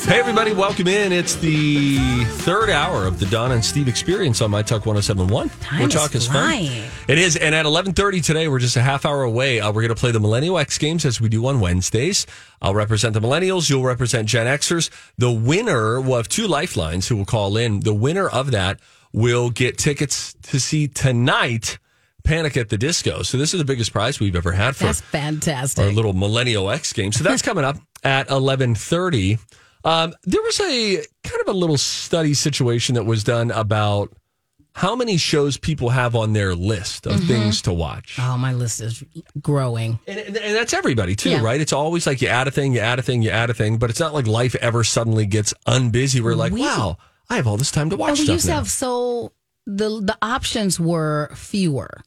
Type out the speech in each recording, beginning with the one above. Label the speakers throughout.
Speaker 1: Hey, everybody, welcome in. It's the third hour of the Don and Steve experience on My Talk 1071.
Speaker 2: Time
Speaker 1: We'll
Speaker 2: is
Speaker 1: talk
Speaker 2: flying.
Speaker 1: It is. And at 11.30 today, we're just a half hour away. Uh, we're going to play the Millennial X Games as we do on Wednesdays. I'll represent the Millennials. You'll represent Gen Xers. The winner will have two lifelines who will call in. The winner of that will get tickets to see tonight Panic at the Disco. So this is the biggest prize we've ever had for
Speaker 2: That's
Speaker 1: our
Speaker 2: fantastic.
Speaker 1: little millennial X game. So that's coming up at eleven thirty. Um, there was a kind of a little study situation that was done about how many shows people have on their list
Speaker 2: Mm-hmm.
Speaker 1: of things to watch.
Speaker 2: Oh, my list is growing.
Speaker 1: And, and and that's everybody too,
Speaker 2: Yeah.
Speaker 1: right? It's always like you add a thing, you add a thing, you add a thing, but it's not like life ever suddenly gets unbusy. We're like,
Speaker 2: We-
Speaker 1: wow, I have all this time to watch
Speaker 2: And we
Speaker 1: stuff
Speaker 2: used to
Speaker 1: now.
Speaker 2: have so the the options were fewer.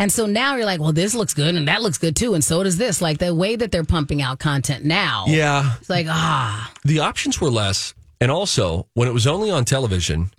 Speaker 2: And so now you're like, well, this looks good and that looks good too, and so does this. Like the way that they're pumping out content now.
Speaker 1: yeah,
Speaker 2: It's like, ah,
Speaker 1: the options were less and also when it was only on television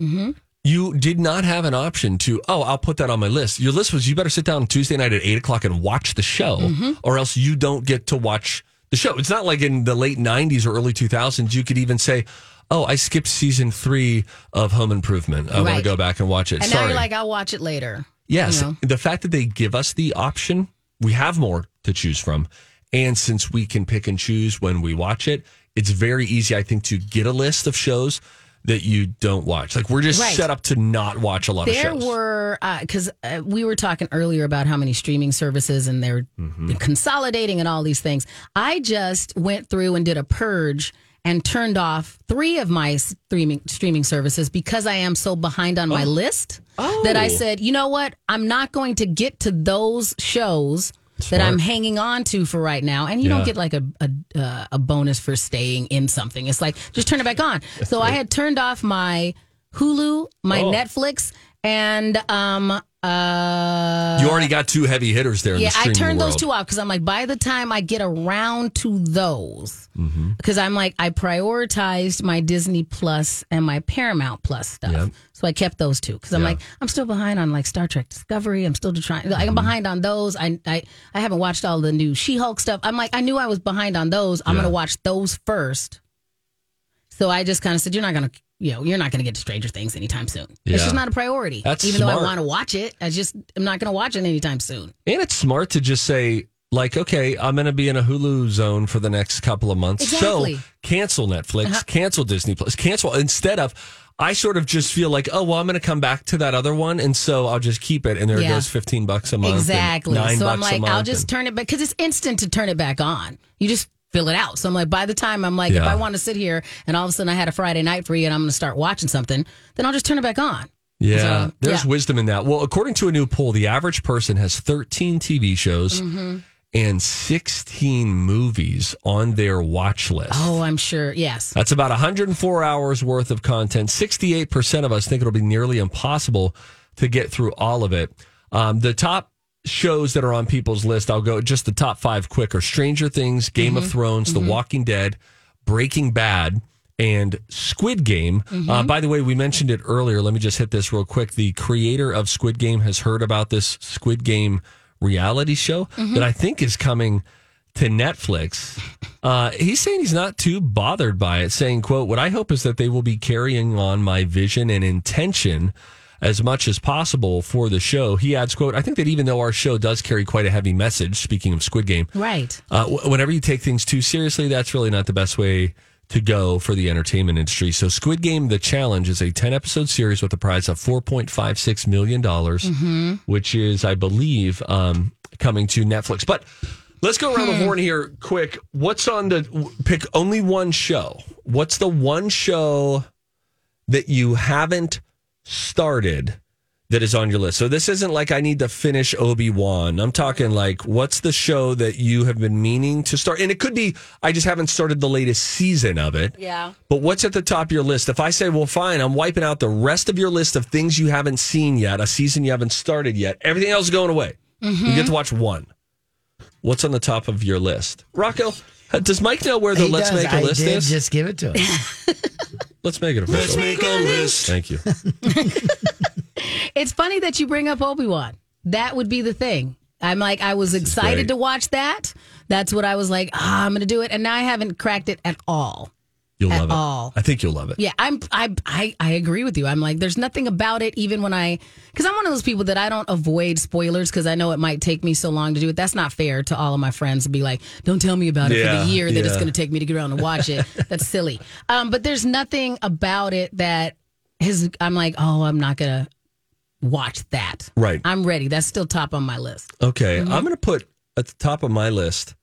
Speaker 1: you did not have an option to oh i'll put that on my list your list was you better sit down tuesday night at 8 o'clock and watch the show or else you don't get to watch the show it's not like in the late 90s or early 2000s you could even say oh i skipped season three of home improvement i want to
Speaker 2: Right.
Speaker 1: go back and watch it
Speaker 2: and now
Speaker 1: sorry
Speaker 2: you're like, I'll watch it later.
Speaker 1: Yes.
Speaker 2: You know?
Speaker 1: The fact that they give us the option, we have more to choose from. And since we can pick and choose when we watch it, it's very easy, I think, to get a list of shows that you don't watch. Like we're just
Speaker 2: Right.
Speaker 1: set up to not watch a lot
Speaker 2: There
Speaker 1: of shows.
Speaker 2: were because uh, we were talking earlier about how many streaming services and they're
Speaker 1: Mm-hmm.
Speaker 2: consolidating and all these things. I just went through and did a purge and turned off three of my streaming streaming services because I am so behind on my list that I
Speaker 1: Oh.
Speaker 2: said, you know what, I'm not going to get to those shows. That
Speaker 1: Smart.
Speaker 2: I'm hanging on to for right now, and you
Speaker 1: Yeah.
Speaker 2: don't get like a a, uh, a bonus for staying in something. It's like just turn it back on. So I had turned off my Hulu, my
Speaker 1: Oh.
Speaker 2: Netflix, and um uh
Speaker 1: you already got two heavy hitters there. in
Speaker 2: yeah,
Speaker 1: the
Speaker 2: I
Speaker 1: streaming
Speaker 2: turned those
Speaker 1: world.
Speaker 2: two off because I'm like, by the time I get around to those,
Speaker 1: Mm-hmm.
Speaker 2: because I'm like, I prioritized my Disney Plus and my Paramount Plus stuff,
Speaker 1: Yep.
Speaker 2: so I kept those two because I'm like, I'm still behind on like Star Trek Discovery. I'm still trying.
Speaker 1: Mm-hmm.
Speaker 2: I'm behind on those. I I I haven't watched all the new She Hulk stuff. I'm like, I knew I was behind on those. I'm gonna watch those first. So I just kind of said, you're not gonna. You know, you're not going to get to Stranger Things anytime soon.
Speaker 1: Yeah.
Speaker 2: It's just not a priority.
Speaker 1: That's
Speaker 2: Even though I
Speaker 1: smart.
Speaker 2: want to watch it, I just I'm not going to watch it anytime soon.
Speaker 1: And it's smart to just say, like, okay, I'm going to be in a Hulu zone for the next couple of months.
Speaker 2: Exactly. Uh-huh.
Speaker 1: So cancel Netflix, cancel Disney Plus, cancel instead of. I sort of just feel like, oh well, I'm going to come back to that other one, and so I'll just keep it. And there
Speaker 2: Yeah.
Speaker 1: goes fifteen bucks a month, and
Speaker 2: Exactly.
Speaker 1: Nine
Speaker 2: so
Speaker 1: bucks
Speaker 2: I'm
Speaker 1: a
Speaker 2: like,
Speaker 1: month.
Speaker 2: I'll just
Speaker 1: and-
Speaker 2: turn it back because it's instant to turn it back on. You just fill it out. So I'm like, by the time I'm like, if
Speaker 1: Yeah.
Speaker 2: I want to sit here and all of a sudden I had a Friday night free and I'm going to start watching something, then I'll just turn it back on.
Speaker 1: yeah,
Speaker 2: so,
Speaker 1: there's
Speaker 2: yeah.
Speaker 1: wisdom in that. Well, according to a new poll, the average person has 13 TV shows
Speaker 2: Mm-hmm.
Speaker 1: and 16 movies on their watch list.
Speaker 2: Oh, I'm sure. Yes.
Speaker 1: That's about 104 hours worth of content. 68% of us think it'll be nearly impossible to get through all of it. Um, the top shows that are on people's list, I'll go just the top five quick are Stranger Things, Game of Thrones, The Walking Dead, Breaking Bad, and Squid Game. Uh, by the way, we mentioned it earlier. Let me just hit this real quick. The creator of Squid Game has heard about this Squid Game reality show that I think is coming to Netflix. Uh, he's saying he's not too bothered by it, saying, quote, what I hope is that they will be carrying on my vision and intention as much as possible for the show. He adds, quote, I think that even though our show does carry quite a heavy message, speaking of Squid Game,
Speaker 2: Right.
Speaker 1: uh, wh- whenever you take things too seriously, that's really not the best way to go for the entertainment industry. So, Squid Game: The Challenge is a ten episode series with a prize of four point five six million dollars, which is, I believe, um, coming to Netflix. But let's go around the horn here, quick. What's on the pick? Only one show. What's the one show that you haven't started? That is on your list. So this isn't like I need to finish Obi Wan. I'm talking like what's the show that you have been meaning to start? And it could be I just haven't started the latest season of it.
Speaker 2: Yeah.
Speaker 1: But what's at the top of your list? If I say, well, fine, I'm wiping out the rest of your list of things you haven't seen yet, a season you haven't started yet, everything else is going away. You get to watch one. What's on the top of your list? Rocco, does Mike know where the
Speaker 3: He
Speaker 1: Let's
Speaker 3: does.
Speaker 1: Make a
Speaker 3: I
Speaker 1: List
Speaker 3: did
Speaker 1: is?
Speaker 3: Just give it to him.
Speaker 1: Let's make it official. Let's make a list. Thank you.
Speaker 2: It's funny that you bring up Obi Wan. That would be the thing. I'm like, I was excited
Speaker 1: great.
Speaker 2: to watch that. That's what I was like, ah, I'm going to do it. And now I haven't cracked it at all.
Speaker 1: You'll
Speaker 2: At
Speaker 1: love
Speaker 2: all.
Speaker 1: it. I think you'll love it.
Speaker 2: Yeah, I'm. I, I I agree with you. I'm like, there's nothing about it. Even when I, because I'm one of those people that I don't avoid spoilers because I know it might take me so long to do it. That's not fair to all of my friends to be like, don't tell me about it for
Speaker 1: Yeah,
Speaker 2: the year that it's
Speaker 1: yeah.
Speaker 2: going to take me to get around and watch it. That's silly. Um, but there's nothing about it that has. I'm like, oh, I'm not gonna watch that.
Speaker 1: Right.
Speaker 2: I'm ready. That's still top on my list.
Speaker 1: Okay,
Speaker 2: Mm-hmm.
Speaker 1: I'm going to put at the top of my list,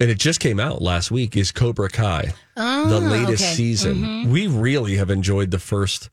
Speaker 1: and it just came out last week, is Cobra Kai, the latest
Speaker 2: Ah, okay. Mm-hmm.
Speaker 1: season. We really have enjoyed the first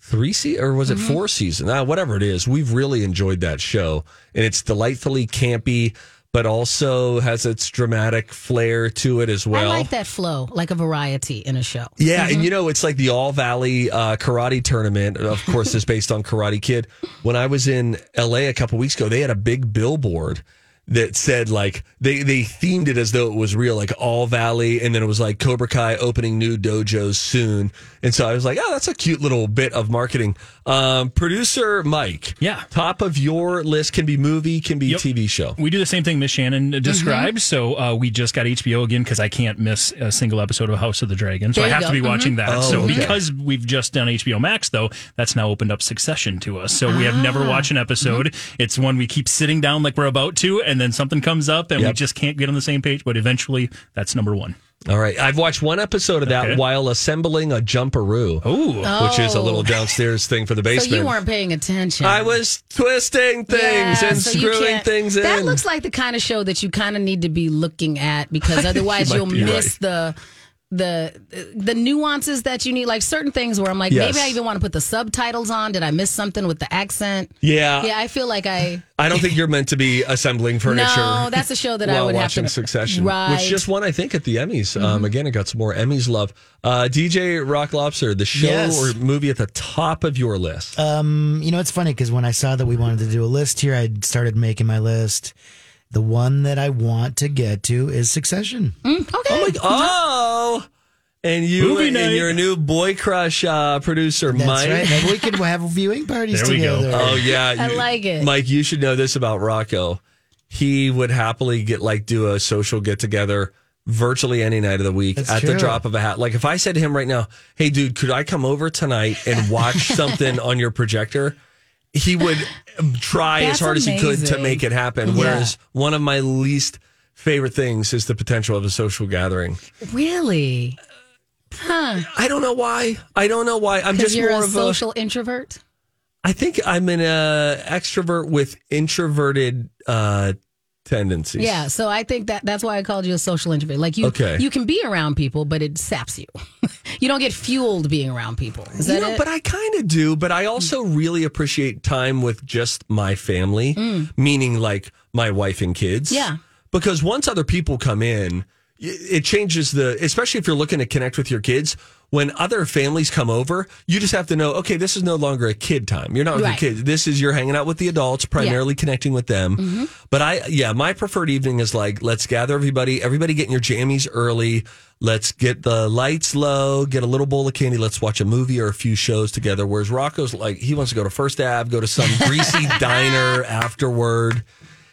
Speaker 1: three se or was it
Speaker 2: Mm-hmm.
Speaker 1: four season? Ah, whatever it is, we've really enjoyed that show, and it's delightfully campy, but also has its dramatic flair to it as well.
Speaker 2: I like that flow, like a variety in a show.
Speaker 1: Yeah,
Speaker 4: Mm-hmm.
Speaker 1: and you know it's like the All Valley uh, Karate Tournament. Of course, is based on Karate Kid. When I was in LA a couple weeks ago, they had a big billboard that said like they they themed it as though it was real, like All Valley, and then it was like Cobra Kai opening new dojos soon. And so I was like, oh, that's a cute little bit of marketing. Um, Producer Mike,
Speaker 4: Yeah.
Speaker 1: top of your list can be movie, can be
Speaker 4: Yep.
Speaker 1: TV show.
Speaker 4: We do the same thing Miss Shannon described. So uh, we just got HBO again because I can't miss a single episode of House of the Dragon. So
Speaker 2: There
Speaker 4: I
Speaker 2: you
Speaker 4: have
Speaker 2: go.
Speaker 4: to be
Speaker 2: Mhm.
Speaker 4: watching that.
Speaker 1: Oh,
Speaker 4: so
Speaker 1: okay.
Speaker 4: because we've just done HBO Max, though, that's now opened up Succession to us. So we have never watched an episode. It's one we keep sitting down like we're about to, and then something comes up, and we
Speaker 1: Yep.
Speaker 4: just can't get on the same page. But eventually, that's number one.
Speaker 1: All right, I've watched one episode of that
Speaker 4: Okay.
Speaker 1: while assembling a jumperoo.
Speaker 4: Ooh.
Speaker 1: Which is a
Speaker 2: Oh.
Speaker 1: little downstairs thing for the
Speaker 2: So
Speaker 1: basement.
Speaker 2: you weren't paying attention.
Speaker 1: I was twisting things
Speaker 2: Yeah,
Speaker 1: and
Speaker 2: so you
Speaker 1: screwing
Speaker 2: can't-
Speaker 1: things in.
Speaker 2: That looks like the kind of show that you kind of need to be looking at because otherwise
Speaker 1: might
Speaker 2: you'll
Speaker 1: be
Speaker 2: miss the the the nuances that you need like certain things where I'm like
Speaker 1: Yes.
Speaker 2: maybe I even want to put the subtitles on did I miss something with the accent
Speaker 1: yeah,
Speaker 2: yeah I feel like I
Speaker 1: I don't think you're meant to be assembling furniture.
Speaker 2: no that's a show that I
Speaker 1: while
Speaker 2: would have
Speaker 1: watching
Speaker 2: to
Speaker 1: Succession,
Speaker 2: right Mm-hmm.
Speaker 1: which just won, I think, at the Emmys. Um, again, it got some more Emmys love. Uh, DJ Rock Lobster, the show
Speaker 3: Yes. Uh,
Speaker 1: or movie at the top of your list.
Speaker 3: Um, you know, it's funny because when I saw that we wanted to do a list here, I started making my list. The one that I want to get to is Succession.
Speaker 2: Mm, okay
Speaker 1: oh, my, oh, and you
Speaker 4: Movie
Speaker 1: and,
Speaker 4: night.
Speaker 1: your new boy crush uh, producer
Speaker 3: That's
Speaker 1: Mike.
Speaker 3: right. Maybe we could have viewing parties
Speaker 4: There we go.
Speaker 3: together.
Speaker 1: Oh yeah,
Speaker 2: I
Speaker 1: you-
Speaker 2: like it.
Speaker 1: Mike. You should know this about Rocco. He would happily get like do a social get together virtually any night of the week
Speaker 3: That's
Speaker 1: at the
Speaker 3: true.
Speaker 1: drop of a hat. Like if I said to him right now, "Hey, dude, could I come over tonight and watch something on your projector?" He would try as
Speaker 2: That's
Speaker 1: hard as he could to
Speaker 2: amazing.
Speaker 1: make it happen. Whereas one of my least favorite things is the potential of a social gathering.
Speaker 2: really
Speaker 1: I don't know why. I don't know why. I'm
Speaker 2: because
Speaker 1: just
Speaker 2: you're
Speaker 1: more
Speaker 2: a
Speaker 1: of a
Speaker 2: social introvert
Speaker 1: I think I'm an uh, extrovert with introverted uh, tendencies.
Speaker 2: yeah so I think that that's why I called you a social introvert like you
Speaker 1: Okay.
Speaker 2: you can be around people but it saps you you don't get fueled being around people is
Speaker 1: You
Speaker 2: that
Speaker 1: know,
Speaker 2: it?
Speaker 1: but I kind of do, but I also really appreciate time with just my family, meaning like my wife and kids.
Speaker 2: Mm. Yeah.
Speaker 1: Because once other people come in, y- it changes the, especially if you're looking to connect with your kids. When other families come over, you just have to know, okay, this is no longer a kid time. You're not with
Speaker 2: Right.
Speaker 1: your kids. This is you're hanging out with the adults, primarily connecting with them.
Speaker 2: Mm-hmm.
Speaker 1: But I, yeah, my preferred evening is like, let's gather everybody, everybody get in your jammies early. Let's get the lights low, get a little bowl of candy. Let's watch a movie or a few shows together. Whereas Rocco's like, he wants to go to First Ave, go to some greasy diner afterward.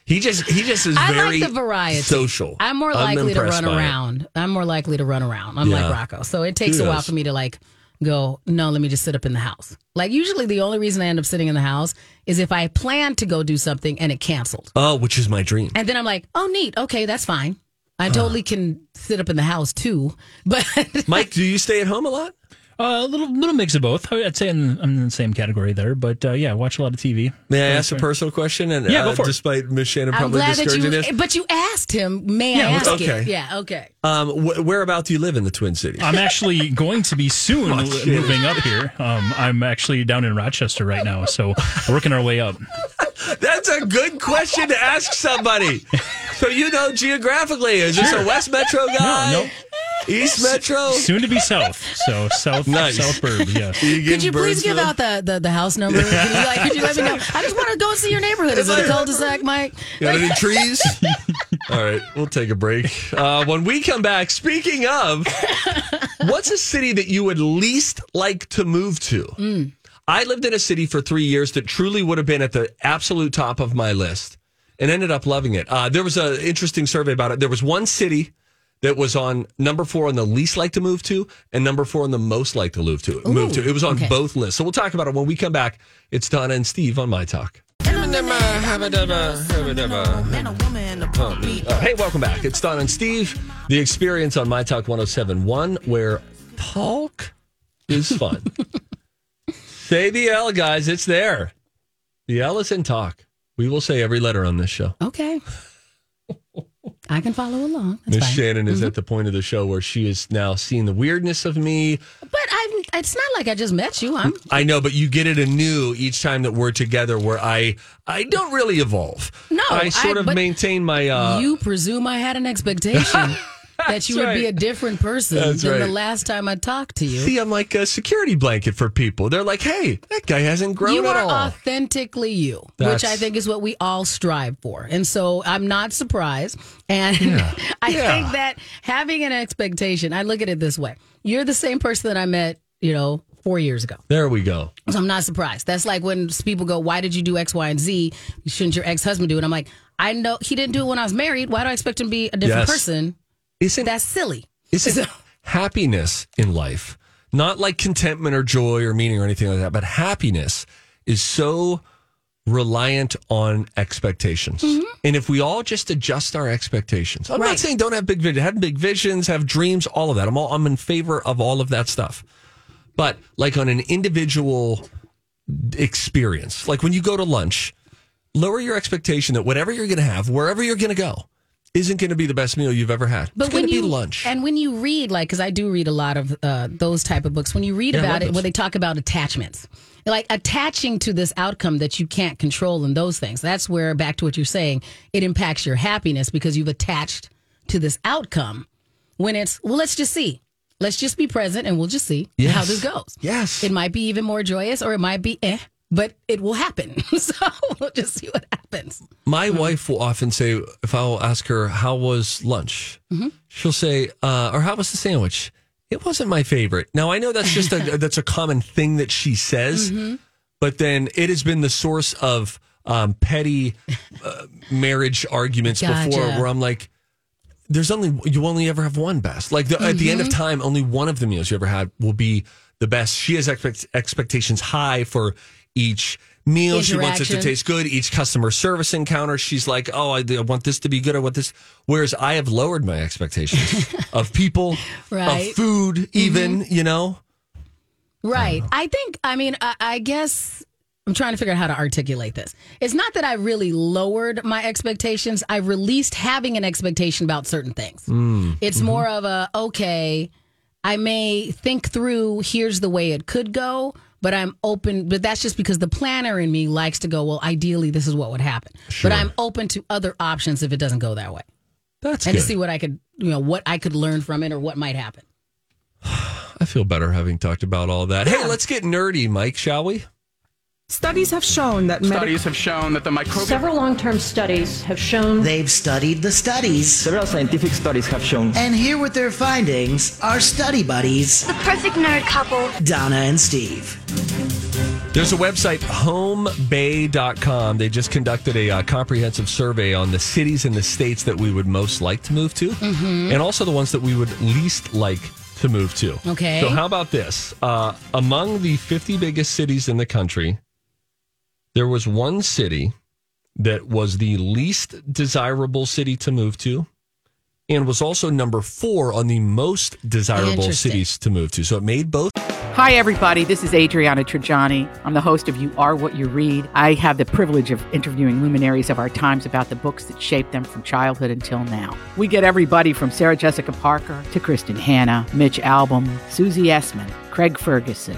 Speaker 1: He just, he just is
Speaker 2: I
Speaker 1: very
Speaker 2: like the variety.
Speaker 1: social.
Speaker 2: I'm more likely to
Speaker 1: impressed
Speaker 2: run
Speaker 1: by it.
Speaker 2: around. I'm more likely to run around. I'm
Speaker 1: Yeah.
Speaker 2: like Rocco. So it takes a while
Speaker 1: Kudos.
Speaker 2: for me to like go, no, let me just sit up in the house. Like usually the only reason I end up sitting in the house is if I plan to go do something and it canceled.
Speaker 1: Oh, which is my dream.
Speaker 2: And then I'm like, oh neat, okay, that's fine. I totally can sit up in the house too, but
Speaker 1: Mike, do you stay at home a lot?
Speaker 4: Uh, a little little mix of both. I'd say I'm, I'm in the same category there, but uh, yeah, I watch a lot of TV.
Speaker 1: May I ask a personal question? And uh,
Speaker 4: Yeah, go for it.
Speaker 1: despite Miss Shannon
Speaker 2: I'm
Speaker 1: probably
Speaker 2: glad that
Speaker 1: discouraging this,
Speaker 2: you. But you asked him. May I
Speaker 4: Yeah,
Speaker 2: ask
Speaker 1: okay.
Speaker 2: it? Yeah. Okay.
Speaker 1: um, wh- where about do you live in the Twin Cities?
Speaker 4: I'm actually going to be soon
Speaker 1: Oh, shit.
Speaker 4: moving up here. Um, I'm actually down in Rochester right now, so working our way up.
Speaker 1: That's a good question to ask somebody. so you know geographically, is this a West Metro guy?
Speaker 4: No, no.
Speaker 1: East Metro.
Speaker 4: Soon to be south, so south,
Speaker 1: Nice.
Speaker 4: south suburb. Yeah,
Speaker 2: Could you please give out the, the, the house number? Could you, like, could you let me know? I just want to go see your neighborhood. Is it a cul-de-sac, Mike?
Speaker 1: Got any trees? All right, we'll take a break. Uh, when we come back, speaking of, what's a city that you would least like to move to? I lived in a city for three years that truly would have been at the absolute top of my list and ended up loving it. Uh, there was an interesting survey about it. There was one city that was on number four on the least like to move to and number four on the most like to move to. move to. It was on both lists. So we'll talk about it when we come back. It's Donna and Steve on My Talk. Uh, hey, welcome back. It's Don and Steve. The experience on My Talk 1071, where talk is fun. say the L, guys. It's there. The L is in talk. We will say every letter on this show.
Speaker 2: Okay. I can follow along.
Speaker 1: Miss
Speaker 2: That's fine. Mm-hmm.
Speaker 1: Shannon is at the point of the show where she is now seeing the weirdness of me.
Speaker 2: But I'm. It's not like I just met you. I'm.
Speaker 1: I know, but you get it anew each time that we're together where I I don't really evolve.
Speaker 2: No,
Speaker 1: I sort
Speaker 2: I-
Speaker 1: of
Speaker 2: but
Speaker 1: maintain my uh
Speaker 2: you presume I had an expectation that you would be
Speaker 1: right.
Speaker 2: a different person
Speaker 1: That's
Speaker 2: than the
Speaker 1: right.
Speaker 2: last time I talked to you.
Speaker 1: see I'm like a security blanket for people. They're like, "Hey, that guy hasn't grown
Speaker 2: you
Speaker 1: at
Speaker 2: are
Speaker 1: all."
Speaker 2: authentically you,
Speaker 1: That's-
Speaker 2: which I think is what we all strive for. And so I'm not surprised. And I
Speaker 1: Yeah.
Speaker 2: think that having an expectation, I look at it this way you're the same person that I met, you know, four years ago.
Speaker 1: there we go.
Speaker 2: So I'm not surprised. That's like when people go, Why did you do X, Y, and Z? Shouldn't your ex husband do it? I'm like, I know he didn't do it when I was married. Why do I expect him to be a different
Speaker 1: Yes.
Speaker 2: person?
Speaker 1: Isn't
Speaker 2: That's silly.
Speaker 1: It's happiness in life, not like contentment or joy or meaning or anything like that, but happiness is so reliant on expectations. And if we all just adjust our expectations, I'm not
Speaker 2: Mm-hmm. Right.
Speaker 1: saying don't have big visions, have big visions, have dreams, all of that. I'm all I'm in favor of all of that stuff. But like on an individual experience, like when you go to lunch, lower your expectation that whatever you're going to have, wherever you're going to go, isn't going to be the best meal you've ever had. it's going to be lunch.
Speaker 2: and when you read like because i do read a lot of uh, those type of books when you read
Speaker 1: Yeah, I love
Speaker 2: about it
Speaker 1: those.
Speaker 2: when they talk about attachments like attaching to this outcome that you can't control and those things that's where back to what you're saying it impacts your happiness because you've attached to this outcome when it's well let's just see let's just be present and we'll just see how
Speaker 1: Yes.
Speaker 2: this goes
Speaker 1: Yes.
Speaker 2: it might be even more joyous or it might be eh but it will happen so we'll just see what happens
Speaker 1: My wife will often say, if I'll ask her, how was lunch? She'll say, uh, or how was the sandwich? It wasn't my favorite. Now, I know that's just a, that's a common thing that she says, but then it has been the source of um, petty uh, marriage arguments before
Speaker 2: Gotcha.
Speaker 1: where I'm like, there's only, you only ever have one best. Like the, at the end of time, only one of the meals you ever had will be the best. She has expect, expectations high for each meal. She wants it to
Speaker 2: Interaction.
Speaker 1: taste it's good. Each customer service encounter, she's like, "Oh, I, I want this to be good. I want this." Whereas I have lowered my expectations of people,
Speaker 2: Right. Mm-hmm.
Speaker 1: of food, even you know.
Speaker 2: Right. I think, I mean, I, I guess I'm trying to figure out how to articulate this. It's not that I really lowered my expectations, I released having an expectation about certain things.
Speaker 1: Mm.
Speaker 2: It's
Speaker 1: Mm-hmm.
Speaker 2: more of a, okay, I may think through, here's the way it could go. But I'm open, but that's just because the planner in me likes to go, well, ideally, this is what would happen.
Speaker 1: Sure.
Speaker 2: But I'm open to other options if it doesn't go that way
Speaker 1: That's
Speaker 2: and
Speaker 1: good.
Speaker 2: to see what I could, you know, what I could learn from it or what might happen.
Speaker 1: I feel better having talked about all that. Hey, let's get nerdy, Mike, shall we?
Speaker 5: Studies have shown that medical
Speaker 6: Studies have shown that the microbial
Speaker 7: Several long term studies have shown
Speaker 8: They've studied the studies,
Speaker 9: Several scientific studies have shown
Speaker 8: and here with their findings are study buddies
Speaker 10: The perfect nerd couple.
Speaker 8: Donna and Steve.
Speaker 1: There's a website, homebay.com. They just conducted a uh, comprehensive survey on the cities and the states that we would most like to move to,
Speaker 2: Mm-hmm.
Speaker 1: and also the ones that we would least like to move to.
Speaker 2: Okay.
Speaker 1: So, how about this? Uh, among the 50 biggest cities in the country, there was one city that was the least desirable city to move to and was also number four on the most desirable
Speaker 2: Interesting.
Speaker 1: cities to move to. So it made both.
Speaker 6: Hi, everybody. This is Adriana Trajani. I'm the host of You Are What You Read. I have the privilege of interviewing luminaries of our times about the books that shaped them from childhood until now. We get everybody from Sarah Jessica Parker to Kristen Hanna, Mitch Albom, Susie Essman, Craig Ferguson,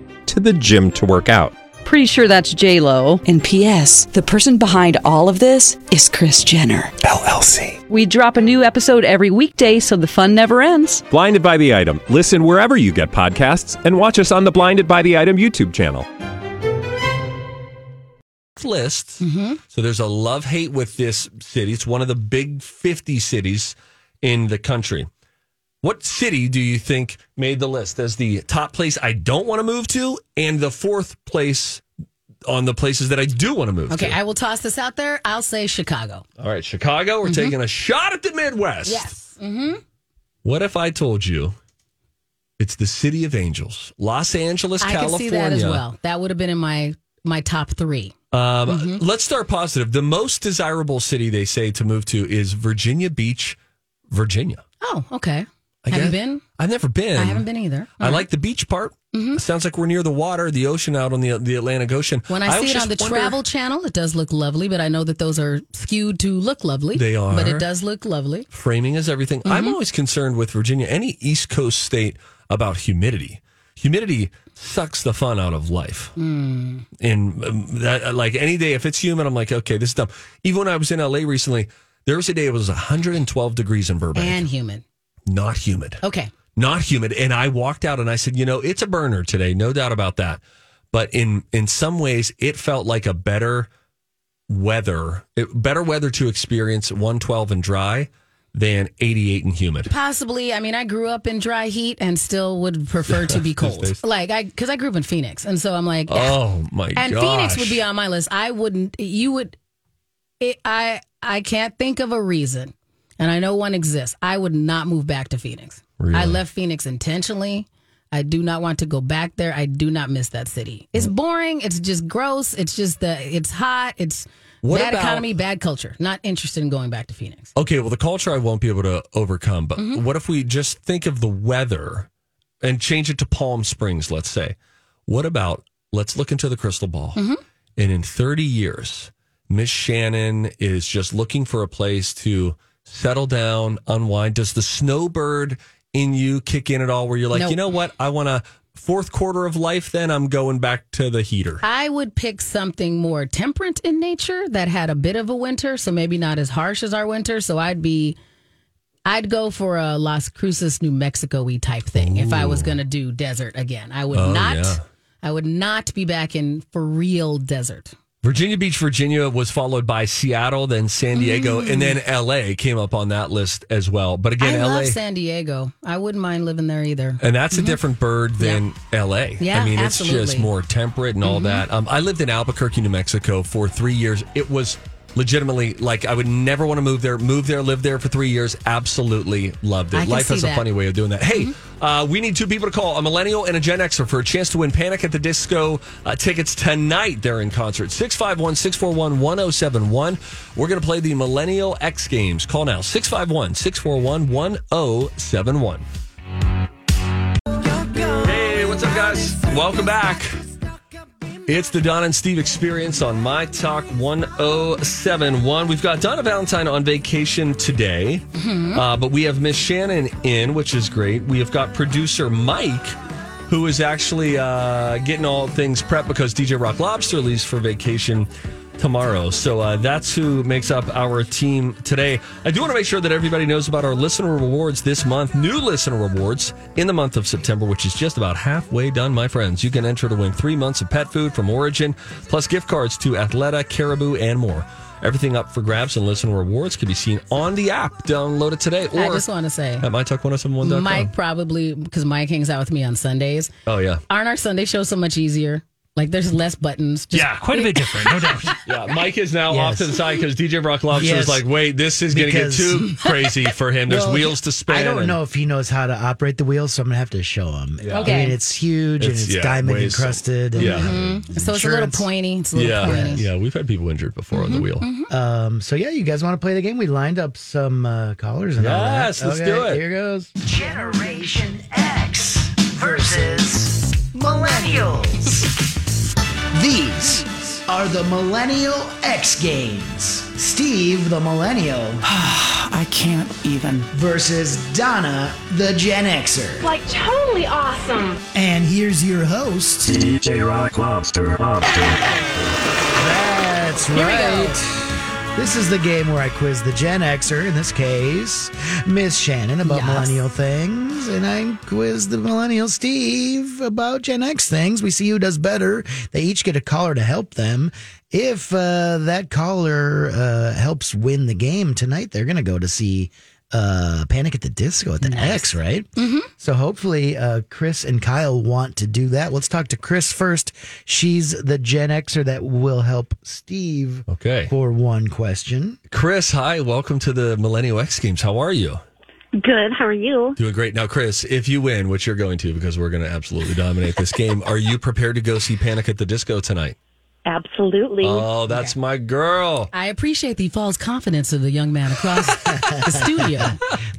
Speaker 10: to the gym to work out.
Speaker 11: Pretty sure that's J Lo. And P.S. The person behind all of this is Chris Jenner LLC. We drop a new episode every weekday, so the fun never ends.
Speaker 10: Blinded by the item. Listen wherever you get podcasts, and watch us on the Blinded by the Item YouTube channel.
Speaker 1: list.
Speaker 2: Mm-hmm.
Speaker 1: So there's a love hate with this city. It's one of the big 50 cities in the country. What city do you think made the list as the top place I don't want to move to and the fourth place on the places that I do want to move
Speaker 2: Okay,
Speaker 1: to?
Speaker 2: I will toss this out there. I'll say Chicago.
Speaker 1: All right, Chicago, we're taking a shot at the Midwest.
Speaker 2: Mm-hmm. Yes. Mm-hmm.
Speaker 1: What if I told you it's the city of angels, Los Angeles,
Speaker 2: I
Speaker 1: California?
Speaker 2: can see that as well. That would have been in my my top three.
Speaker 1: Um,
Speaker 2: Mm-hmm.
Speaker 1: Let's start positive. The most desirable city they say to move to is Virginia Beach, Virginia.
Speaker 2: Oh, okay.
Speaker 1: I
Speaker 2: have
Speaker 1: guess-
Speaker 2: you been?
Speaker 1: I've never been.
Speaker 2: I haven't been either. Mm-hmm.
Speaker 1: I like the beach part. Sounds like we're near the water, the ocean out on the the Atlantic Ocean.
Speaker 2: When I,
Speaker 1: always
Speaker 2: see it on the
Speaker 1: just wonder-
Speaker 2: Travel Channel, it does look lovely, but I know that those are skewed to look lovely.
Speaker 1: They are.
Speaker 2: But it does look lovely.
Speaker 1: framing is everything. I'm
Speaker 2: Mm-hmm.
Speaker 1: always concerned with Virginia, any East Coast state, about humidity. Humidity sucks the fun out of life.
Speaker 2: Mm.
Speaker 1: And um, that, like any day, if it's humid, I'm like, okay, this is dumb. Even when I was in LA recently, there was a day it was 112 degrees in Burbank.
Speaker 2: And human.
Speaker 1: Not humid.
Speaker 2: Okay.
Speaker 1: not humid. And I walked out and I said, you know, it's a burner today, no doubt about that. But in in some ways, it felt like a better weather, it, better weather to experience 112 and dry than 88 and humid.
Speaker 2: Possibly. I mean, I grew up in dry heat and still would prefer to be cold. like I, because I grew up in Phoenix, and so I'm like,
Speaker 1: Oh my god!
Speaker 2: and Phoenix would be on my list. I wouldn't. You would. It, I I can't think of a reason, and I know one exists. I would not move back to Phoenix. I
Speaker 12: Really?
Speaker 2: left Phoenix intentionally. I do not want to go back there. I do not miss that city. It's
Speaker 1: Mm.
Speaker 2: boring. It's just gross. It's just the. It's hot. It's
Speaker 1: What
Speaker 2: bad
Speaker 1: about-
Speaker 2: economy, bad culture. Not interested in going back to Phoenix.
Speaker 1: Okay, well, the culture I won't be able to overcome, but what if we just think of the weather and change it to Palm Springs, let's say? What about let's look into the crystal ball and in 30 years, Miss Shannon is just looking for a place to settle down, unwind. Does the snowbird in you kick in at all where you're like,
Speaker 2: Nope.
Speaker 1: you know what? I want to fourth quarter of life, then I'm going back to the heater.
Speaker 2: I would pick something more temperate in nature that had a bit of a winter, so maybe not as harsh as our winter. So I'd be, I'd go for a Las Cruces, New Mexico y type thing if I was
Speaker 12: Ooh.
Speaker 2: going to do desert again. I would
Speaker 1: Oh,
Speaker 2: not,
Speaker 1: yeah.
Speaker 2: I would not be back in for real desert.
Speaker 1: Virginia Beach, Virginia was followed by Seattle, then San Diego,
Speaker 2: Mm.
Speaker 1: and then LA came up on that list as well. But again,
Speaker 2: I
Speaker 1: LA,
Speaker 2: love San Diego. I wouldn't mind living there either.
Speaker 1: and that's a different bird than LA.
Speaker 2: Yeah,
Speaker 1: I mean, it's just
Speaker 2: absolutely.
Speaker 1: more temperate and all
Speaker 13: Mm-hmm.
Speaker 1: that. Um, I lived in Albuquerque, New Mexico for three years. It was legitimately like I would never want to move there, move there, live there for three years. Absolutely loved it.
Speaker 13: I can
Speaker 1: Life
Speaker 13: see
Speaker 1: has a
Speaker 13: that. Mm-hmm.
Speaker 1: funny way of doing that. Hey, uh, we need two people to call a millennial and a Gen Xer for a chance to win Panic at the Disco uh, tickets tonight. They're in concert. 651 641 1071. We're going to play the Millennial X Games. Call now 651 641 1071. Hey, what's up, guys? Welcome back. It's the Don and Steve experience on My Talk 1071. We've got Donna Valentine on vacation today, uh, but we have Miss Shannon in, which is great. We have got producer Mike, who is actually uh, getting all things prepped because DJ Rock Lobster leaves for vacation tomorrow. So uh, that's who makes up our team today. I do want to make sure that everybody knows about our listener rewards this month, new listener rewards in the month of September, which is just about halfway done, my friends. You can enter to win three months of pet food from Origin, plus gift cards to Athleta, Caribou, and more. Everything up for grabs and listener rewards can be seen on the app. Download it today or
Speaker 2: I just want to say,
Speaker 1: at mytalk1071.com.
Speaker 2: Mike probably because Mike hangs out with me on Sundays.
Speaker 1: Oh, yeah.
Speaker 2: Aren't our Sunday shows so much easier? Like there's less buttons. Just,
Speaker 4: yeah, quite a bit different, no doubt.
Speaker 1: Yeah, Mike is now off to the side because DJ Brock Lobster
Speaker 3: Yes.
Speaker 1: is like, wait, this is going to get
Speaker 3: Because-
Speaker 1: too crazy for him. There's
Speaker 3: Well,
Speaker 1: wheels to spin.
Speaker 3: I don't
Speaker 1: and-
Speaker 3: know if he knows how to operate the wheels, so I'm gonna have to show him.
Speaker 1: Yeah.
Speaker 3: I
Speaker 2: Okay.
Speaker 3: mean, it's huge and
Speaker 1: It's-
Speaker 3: it's
Speaker 1: yeah,
Speaker 3: diamond
Speaker 1: weighs-
Speaker 3: encrusted. and-
Speaker 1: yeah. Mm-hmm.
Speaker 2: Mhm. So it's a little
Speaker 3: Insurance.
Speaker 2: pointy. It's a little
Speaker 1: Yeah,
Speaker 2: pointy.
Speaker 1: yeah, we've had people injured before on the
Speaker 3: Mm-hmm,
Speaker 1: wheel.
Speaker 3: Um, so yeah, you guys want to play the game? We lined up some uh, callers and all that.
Speaker 1: Yes, let's
Speaker 3: Okay,
Speaker 1: do it.
Speaker 3: Here goes.
Speaker 8: Generation X versus Millennials. These are the Millennial X Games. Steve, the Millennial. I can't even. Versus Donna, the Gen Xer.
Speaker 7: Like totally awesome.
Speaker 8: And here's your host, DJ Rock Lobster.
Speaker 3: That's
Speaker 8: Here we go.
Speaker 3: right. This is the game where I quiz the Gen Xer, in this case, Miss Shannon, about
Speaker 8: Yes.
Speaker 3: millennial things, and I quiz the millennial Steve about Gen X things. We see who does better. They each get a caller to help them. If uh, that caller uh, helps win the game tonight, they're going to go to see uh, Panic at the Disco at the X, right? Mm-hmm. So hopefully, uh, Chris and Kyle want to do that. Let's talk to Chris first. She's the Gen Xer that will help Steve
Speaker 1: Okay.
Speaker 3: for one question.
Speaker 1: Chris, hi. Welcome to the Millennial X Games. How are you?
Speaker 12: Good. How are you?
Speaker 1: Doing great. Now, Chris, if you win, which you're going to because we're going to absolutely dominate this game, are you prepared to go see Panic at the Disco tonight?
Speaker 12: Absolutely.
Speaker 1: Oh, that's my girl.
Speaker 2: I appreciate the false confidence of the young man across the studio.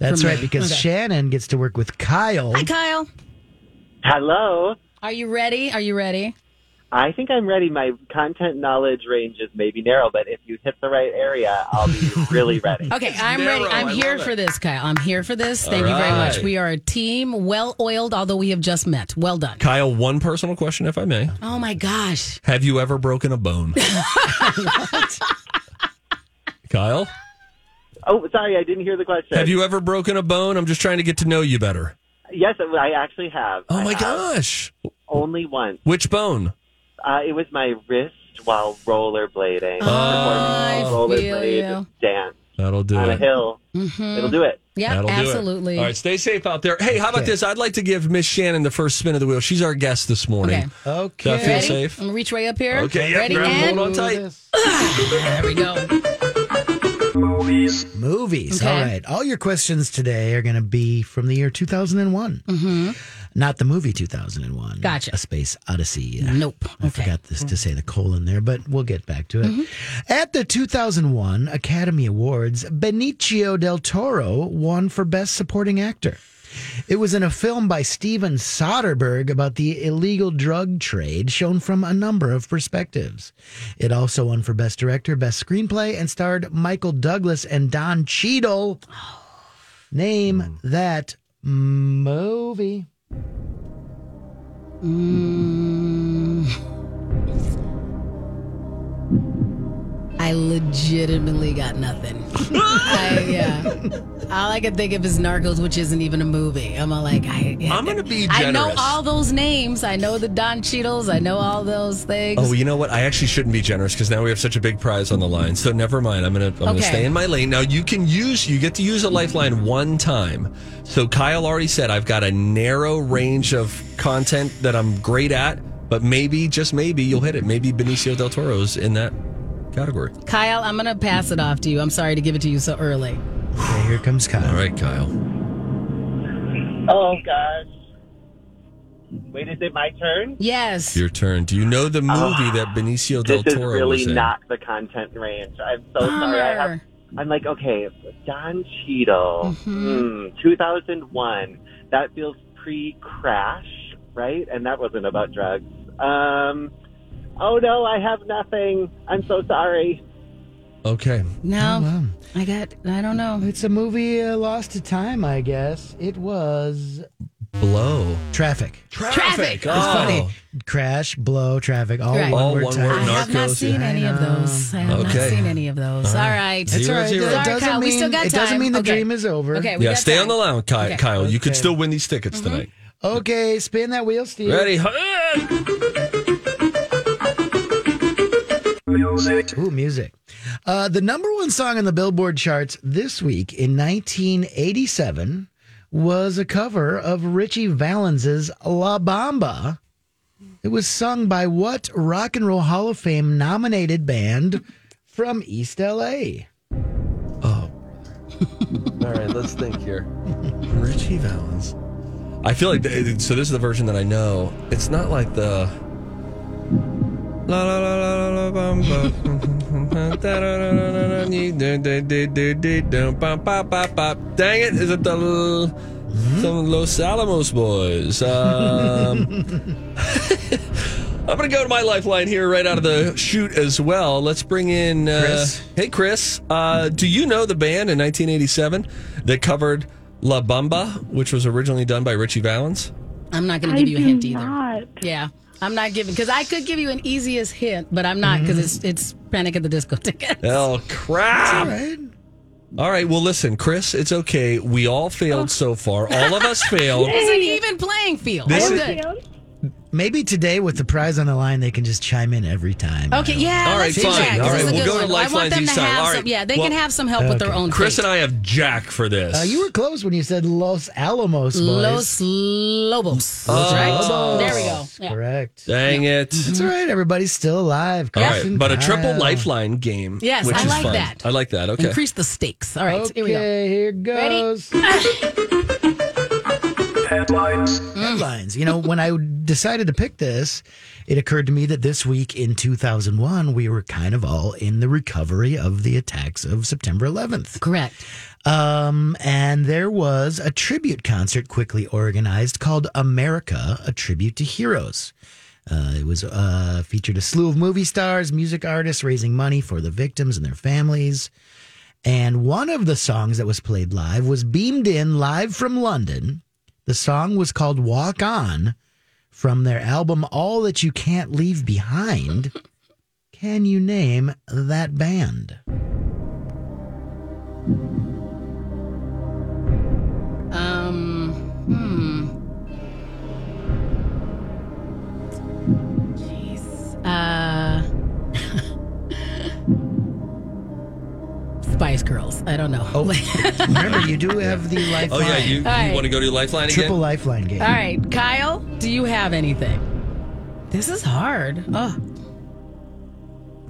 Speaker 3: That's
Speaker 2: from
Speaker 3: right,
Speaker 2: me.
Speaker 3: because
Speaker 2: Okay.
Speaker 3: Shannon gets to work with Kyle.
Speaker 2: Hi, Kyle.
Speaker 13: Hello.
Speaker 2: Are you ready? Are you ready?
Speaker 13: I think I'm ready. My content knowledge range is maybe narrow, but if you hit the right area, I'll be really ready.
Speaker 2: Okay, I'm ready. I'm here for this, Kyle. I'm here for this. Thank you very
Speaker 1: Alright.
Speaker 2: much. We are a team, well oiled, although we have just met. Well done.
Speaker 1: Kyle, one personal question, if I may.
Speaker 2: Oh my gosh.
Speaker 1: Have you ever broken a bone? Kyle,
Speaker 13: Oh, sorry, I didn't hear the question.
Speaker 1: have you ever broken a bone? I'm just trying to get to know you better.
Speaker 13: Yes, I actually have.
Speaker 1: Oh
Speaker 13: I
Speaker 1: my
Speaker 13: have.
Speaker 1: gosh.
Speaker 13: Only once.
Speaker 1: Which bone?
Speaker 13: Uh, it was my wrist while rollerblading.
Speaker 1: Uh, I
Speaker 13: Performing
Speaker 2: feel
Speaker 13: rollerblade
Speaker 2: you.
Speaker 13: dance
Speaker 1: That'll do
Speaker 13: on
Speaker 1: it.
Speaker 13: a hill. It'll do it.
Speaker 2: Yeah,
Speaker 1: That'll do it.
Speaker 2: absolutely.
Speaker 1: All right, stay safe out there. Hey, how about this? I'd like to give Miss Shannon the first spin of the wheel. She's our guest this morning.
Speaker 3: Okay.
Speaker 1: Does that feel
Speaker 2: ready?
Speaker 1: safe?
Speaker 2: I'm gonna reach way up here.
Speaker 1: Okay, yep,
Speaker 2: ready
Speaker 1: grab a
Speaker 2: and
Speaker 1: hold on tight.
Speaker 2: there we go.
Speaker 3: Movies. Movies. All
Speaker 2: Okay.
Speaker 3: right. All your questions today are going to be from the year 2001. Mm-hmm. Not the movie 2001.
Speaker 2: Gotcha.
Speaker 3: A Space Odyssey.
Speaker 2: Nope.
Speaker 3: I forgot this to say the colon there, but we'll get back to it. At the 2001 Academy Awards, Benicio del Toro won for Best Supporting Actor. It was in a film by Steven Soderbergh about the illegal drug trade, shown from a number of perspectives. It also won for Best Director, Best Screenplay, and starred Michael Douglas and Don Cheadle. Name that movie.
Speaker 2: I legitimately got nothing. I, yeah. All I can think of is Narcos, which isn't even a movie. I'm all like, I,
Speaker 1: I'm going to be generous.
Speaker 2: I know all those names. I know the Don Cheadles. I know all those things.
Speaker 1: Oh, you know what? I actually shouldn't be generous because now we have such a big prize on the line. So never mind. I'm gonna I'm gonna
Speaker 2: Okay.
Speaker 1: stay in my lane. Now you can use you get to use a lifeline one time. So Kyle already said I've got a narrow range of content that I'm great at, but maybe just maybe you'll hit it. Maybe Benicio del Toro's in that category.
Speaker 2: Kyle, I'm gonna pass it off to you. I'm sorry to give it to you so early.
Speaker 3: Okay, here comes Kyle.
Speaker 1: All right, Kyle.
Speaker 13: Oh, gosh. Wait, is it my turn?
Speaker 2: Yes.
Speaker 1: Your turn. Do you know the movie that Benicio del
Speaker 13: Ah, this is
Speaker 1: Toro
Speaker 13: really
Speaker 1: was in?
Speaker 13: not the content range. I'm so sorry. I have,
Speaker 2: Bummer.
Speaker 13: I'm like, okay, Don Cheadle,
Speaker 2: Mhm.
Speaker 13: hmm, 2001. That feels pre-crash, right? And that wasn't about drugs. Um, oh no, I have nothing. I'm so sorry.
Speaker 1: Okay.
Speaker 2: No, I got. I don't know.
Speaker 3: It's a movie uh, lost to time, I guess. It was
Speaker 1: Blow.
Speaker 3: Traffic.
Speaker 2: Traffic.
Speaker 3: It's funny. Crash, blow, traffic, all
Speaker 2: Right.
Speaker 3: one
Speaker 1: All
Speaker 3: word.
Speaker 1: one
Speaker 3: title.
Speaker 1: word,
Speaker 2: I have not
Speaker 1: Narcos,
Speaker 2: seen
Speaker 1: yeah.
Speaker 2: any of those. I have
Speaker 1: Okay.
Speaker 2: not seen any of those. All
Speaker 1: All
Speaker 2: right.
Speaker 1: right.
Speaker 3: It's all right.
Speaker 1: Zero,
Speaker 3: It
Speaker 1: zero.
Speaker 2: Sorry,
Speaker 3: doesn't
Speaker 2: Kyle,
Speaker 3: mean
Speaker 2: we still got
Speaker 3: it doesn't
Speaker 2: time.
Speaker 3: mean the
Speaker 2: Okay.
Speaker 3: dream is over.
Speaker 2: Okay. we
Speaker 1: Yeah,
Speaker 2: got
Speaker 1: stay on
Speaker 2: time.
Speaker 1: the line, Kyle.
Speaker 2: Okay. Mm-hmm.
Speaker 1: Kyle. You could
Speaker 3: Okay.
Speaker 1: still win these tickets tonight.
Speaker 3: Okay, spin that wheel, Steve.
Speaker 1: Ready?
Speaker 3: Ooh, music. Uh, the number one song on the Billboard charts this week in 1987 was a cover of Richie Valens' La Bamba. It was sung by what Rock and Roll Hall of Fame nominated band from East LA?
Speaker 1: All right, let's think here. Richie Valens. I feel like they, so. This is the version that I know. It's not like the. La la la la la la bum bum. Da, da, da, da, da, da, dee, da, da, dee, dee, dee, dum, bum, ba, ba, ba. Dang it! Is it the l- some Los Alamos boys? Um, I'm gonna go to my lifeline here, right out of the shoot as well. Let's bring in uh,
Speaker 3: Chris.
Speaker 1: Hey, Chris. Uh, do you know the band in 1987 that covered La Bamba, which was originally done by Richie Valens?
Speaker 2: I'm not going
Speaker 7: I
Speaker 2: to give you a
Speaker 7: do
Speaker 2: hint either. Yeah, I'm not giving because I could give you an easiest hint, but I'm not because
Speaker 1: Mm-hmm.
Speaker 2: it's it's Panic at the Disco ticket.
Speaker 1: Oh crap!
Speaker 3: right.
Speaker 1: All right. Well, listen, Chris. It's okay. We all failed so far. All of us failed.
Speaker 2: It's an even playing field.
Speaker 1: This
Speaker 2: We're
Speaker 1: is-
Speaker 2: good.
Speaker 3: Maybe today, with the prize on the line, they can just chime in every time.
Speaker 2: Okay, yeah.
Speaker 1: All right,
Speaker 2: let's do
Speaker 1: fine.
Speaker 2: that, 'cause
Speaker 1: All right,
Speaker 2: it's a
Speaker 1: we'll
Speaker 2: good
Speaker 1: go to
Speaker 2: one. I want
Speaker 1: Lifelines
Speaker 2: them
Speaker 1: each
Speaker 2: to
Speaker 1: side.
Speaker 2: have
Speaker 1: All
Speaker 2: some.
Speaker 1: right.
Speaker 2: Yeah, they
Speaker 1: Well,
Speaker 2: can have some help with their
Speaker 3: okay.
Speaker 2: own.
Speaker 1: Chris
Speaker 2: fate.
Speaker 1: and I have Jack for this.
Speaker 3: Uh, you were close when you said Los Alamos. Boys.
Speaker 2: Los Lobos.
Speaker 1: Los
Speaker 2: right.
Speaker 1: Lobos.
Speaker 2: There we go. Yeah.
Speaker 3: Correct.
Speaker 1: Dang it!
Speaker 3: It's all right. Everybody's still alive.
Speaker 1: All
Speaker 3: Chris
Speaker 1: right,
Speaker 3: Mm-hmm. and
Speaker 1: but a triple
Speaker 3: Kyle.
Speaker 1: lifeline game.
Speaker 2: Yes,
Speaker 1: which
Speaker 2: I
Speaker 1: is
Speaker 2: like
Speaker 1: fun.
Speaker 2: that.
Speaker 1: I like that. Okay.
Speaker 2: Increase the stakes. All right, here we go.
Speaker 3: Okay, here goes.
Speaker 8: Headlines.
Speaker 3: Headlines. You know, when I decided to pick this, it occurred to me that this week in 2001, we were kind of all in the recovery of the attacks of September 11th.
Speaker 2: Correct.
Speaker 3: Um, and there was a tribute concert quickly organized called America, a tribute to heroes. Uh, it was uh, featured a slew of movie stars, music artists raising money for the victims and their families. And one of the songs that was played live was beamed in live from London. The song was called Walk On from their album All That You Can't Leave Behind. Can you name that band?
Speaker 2: Um. Hmm. Jeez. Uh. Spice Girls. I don't know.
Speaker 3: Oh, remember, you do have the lifeline.
Speaker 1: Oh yeah, you, you
Speaker 2: All right.
Speaker 1: want to go to lifeline
Speaker 3: Triple
Speaker 1: again?
Speaker 3: lifeline game.
Speaker 2: All right, Kyle, do you have anything? This is hard. Oh.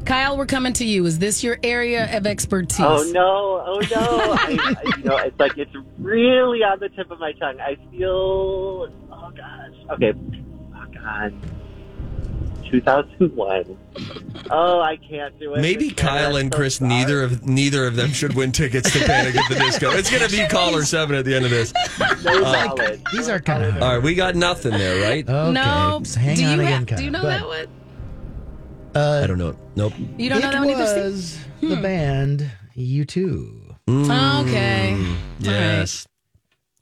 Speaker 2: Kyle, we're coming to you. Is this your area of expertise?
Speaker 13: Oh no! Oh no! I, I- you know, it's like it's really on the tip of my tongue. I feel. Oh gosh. Okay. Oh god. 2001. Oh, I can't do it.
Speaker 1: Maybe
Speaker 13: This year.
Speaker 1: Kyle
Speaker 13: I'm
Speaker 1: and
Speaker 13: so
Speaker 1: Chris,
Speaker 13: sorry.
Speaker 1: neither of neither of them should win tickets to Panic at the Disco. It's gonna be caller seven at the end of this. Oh.
Speaker 2: Oh
Speaker 13: No
Speaker 3: These are-
Speaker 13: knowledge.
Speaker 3: These are kind of
Speaker 1: All right, we got nothing there, right?
Speaker 3: Okay.
Speaker 2: No.
Speaker 3: so hang
Speaker 2: do
Speaker 3: on
Speaker 2: you
Speaker 3: again,
Speaker 2: have,
Speaker 3: Kyle.
Speaker 2: Do you know
Speaker 3: But,
Speaker 2: that one?
Speaker 1: I
Speaker 3: Uh,
Speaker 1: don't know. it. Nope.
Speaker 2: You don't Hmm. know
Speaker 3: it
Speaker 2: that one either. Steve?
Speaker 3: was the band U2.
Speaker 2: Okay.
Speaker 1: Yes.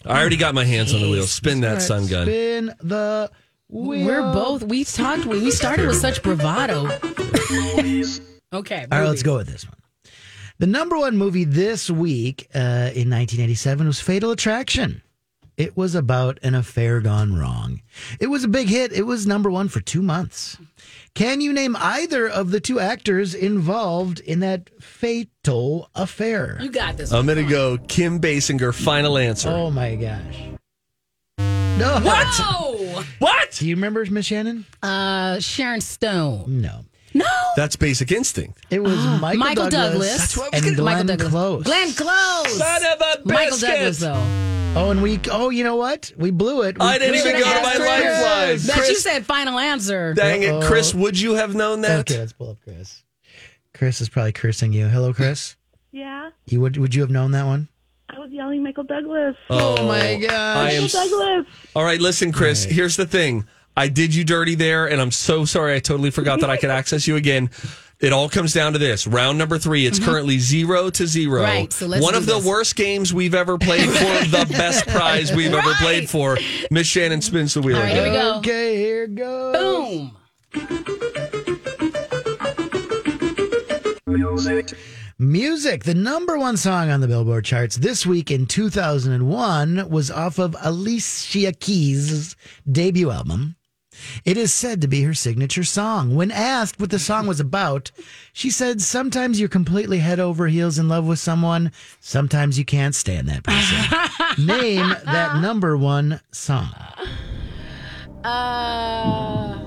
Speaker 1: I already got my hands on the wheel. Spin that sun gun.
Speaker 3: Spin the wheel.
Speaker 2: We're both. We talked. We we started with such bravado. okay.
Speaker 3: All right,
Speaker 2: movies.
Speaker 3: let's go with this one. The number one movie this week uh, in 1987 was Fatal Attraction. It was about an affair gone wrong. It was a big hit. It was number one for two months. Can you name either of the two actors involved in that fatal affair?
Speaker 2: You got this.
Speaker 1: I'm
Speaker 2: one.
Speaker 1: gonna go Kim Basinger. Final answer.
Speaker 3: Oh my gosh. No.
Speaker 2: Whoa.
Speaker 1: What?
Speaker 3: Do you remember Miss Shannon?
Speaker 2: Uh, Sharon Stone.
Speaker 3: No.
Speaker 2: No.
Speaker 1: That's Basic Instinct.
Speaker 3: It was Michael,
Speaker 2: Michael
Speaker 3: Douglas,
Speaker 2: Douglas. That's
Speaker 1: what I was gonna-
Speaker 3: and Glenn
Speaker 2: Michael Douglas.
Speaker 3: Close.
Speaker 2: Glenn Close.
Speaker 1: Son of a
Speaker 2: Michael
Speaker 1: biscuit.
Speaker 2: Douglas though.
Speaker 3: Oh, and we. Oh, you know what? We blew it. We
Speaker 1: I didn't
Speaker 3: blew
Speaker 1: even go
Speaker 3: it.
Speaker 1: to
Speaker 2: Yes,
Speaker 1: my
Speaker 2: Chris.
Speaker 1: lifeline.
Speaker 2: That you
Speaker 1: Chris,
Speaker 2: said final answer.
Speaker 1: dang it,
Speaker 3: Uh-oh.
Speaker 1: Chris! Would you have known that?
Speaker 3: Okay, let's pull up Chris. Chris is probably cursing you. Hello, Chris.
Speaker 12: Yeah,
Speaker 3: You would would you have known that one?
Speaker 12: I was yelling Michael Douglas.
Speaker 1: Oh,
Speaker 3: my gosh.
Speaker 1: I am.
Speaker 12: Michael Douglas.
Speaker 1: All right, listen, Chris. Here's the thing. I did you dirty there, and I'm so sorry. I totally forgot that I could access you again. It all comes down to this round number three. It's currently zero to zero.
Speaker 2: Mm-hmm. Right, so let's
Speaker 1: One
Speaker 2: do
Speaker 1: of
Speaker 2: this.
Speaker 1: the worst games we've ever played for the best prize we've ever played for. Miss Shannon spins the wheel.
Speaker 2: All right,
Speaker 1: again.
Speaker 2: here we go.
Speaker 3: Okay, here goes.
Speaker 2: Boom.
Speaker 8: Music.
Speaker 3: Music. The number one song on the Billboard charts this week in 2001 was off of Alicia Keys' debut album. It is said to be her signature song. When asked what the song was about, she said, Sometimes you're completely head over heels in love with someone, sometimes you can't stand that person. Name that number one song.
Speaker 2: Uh...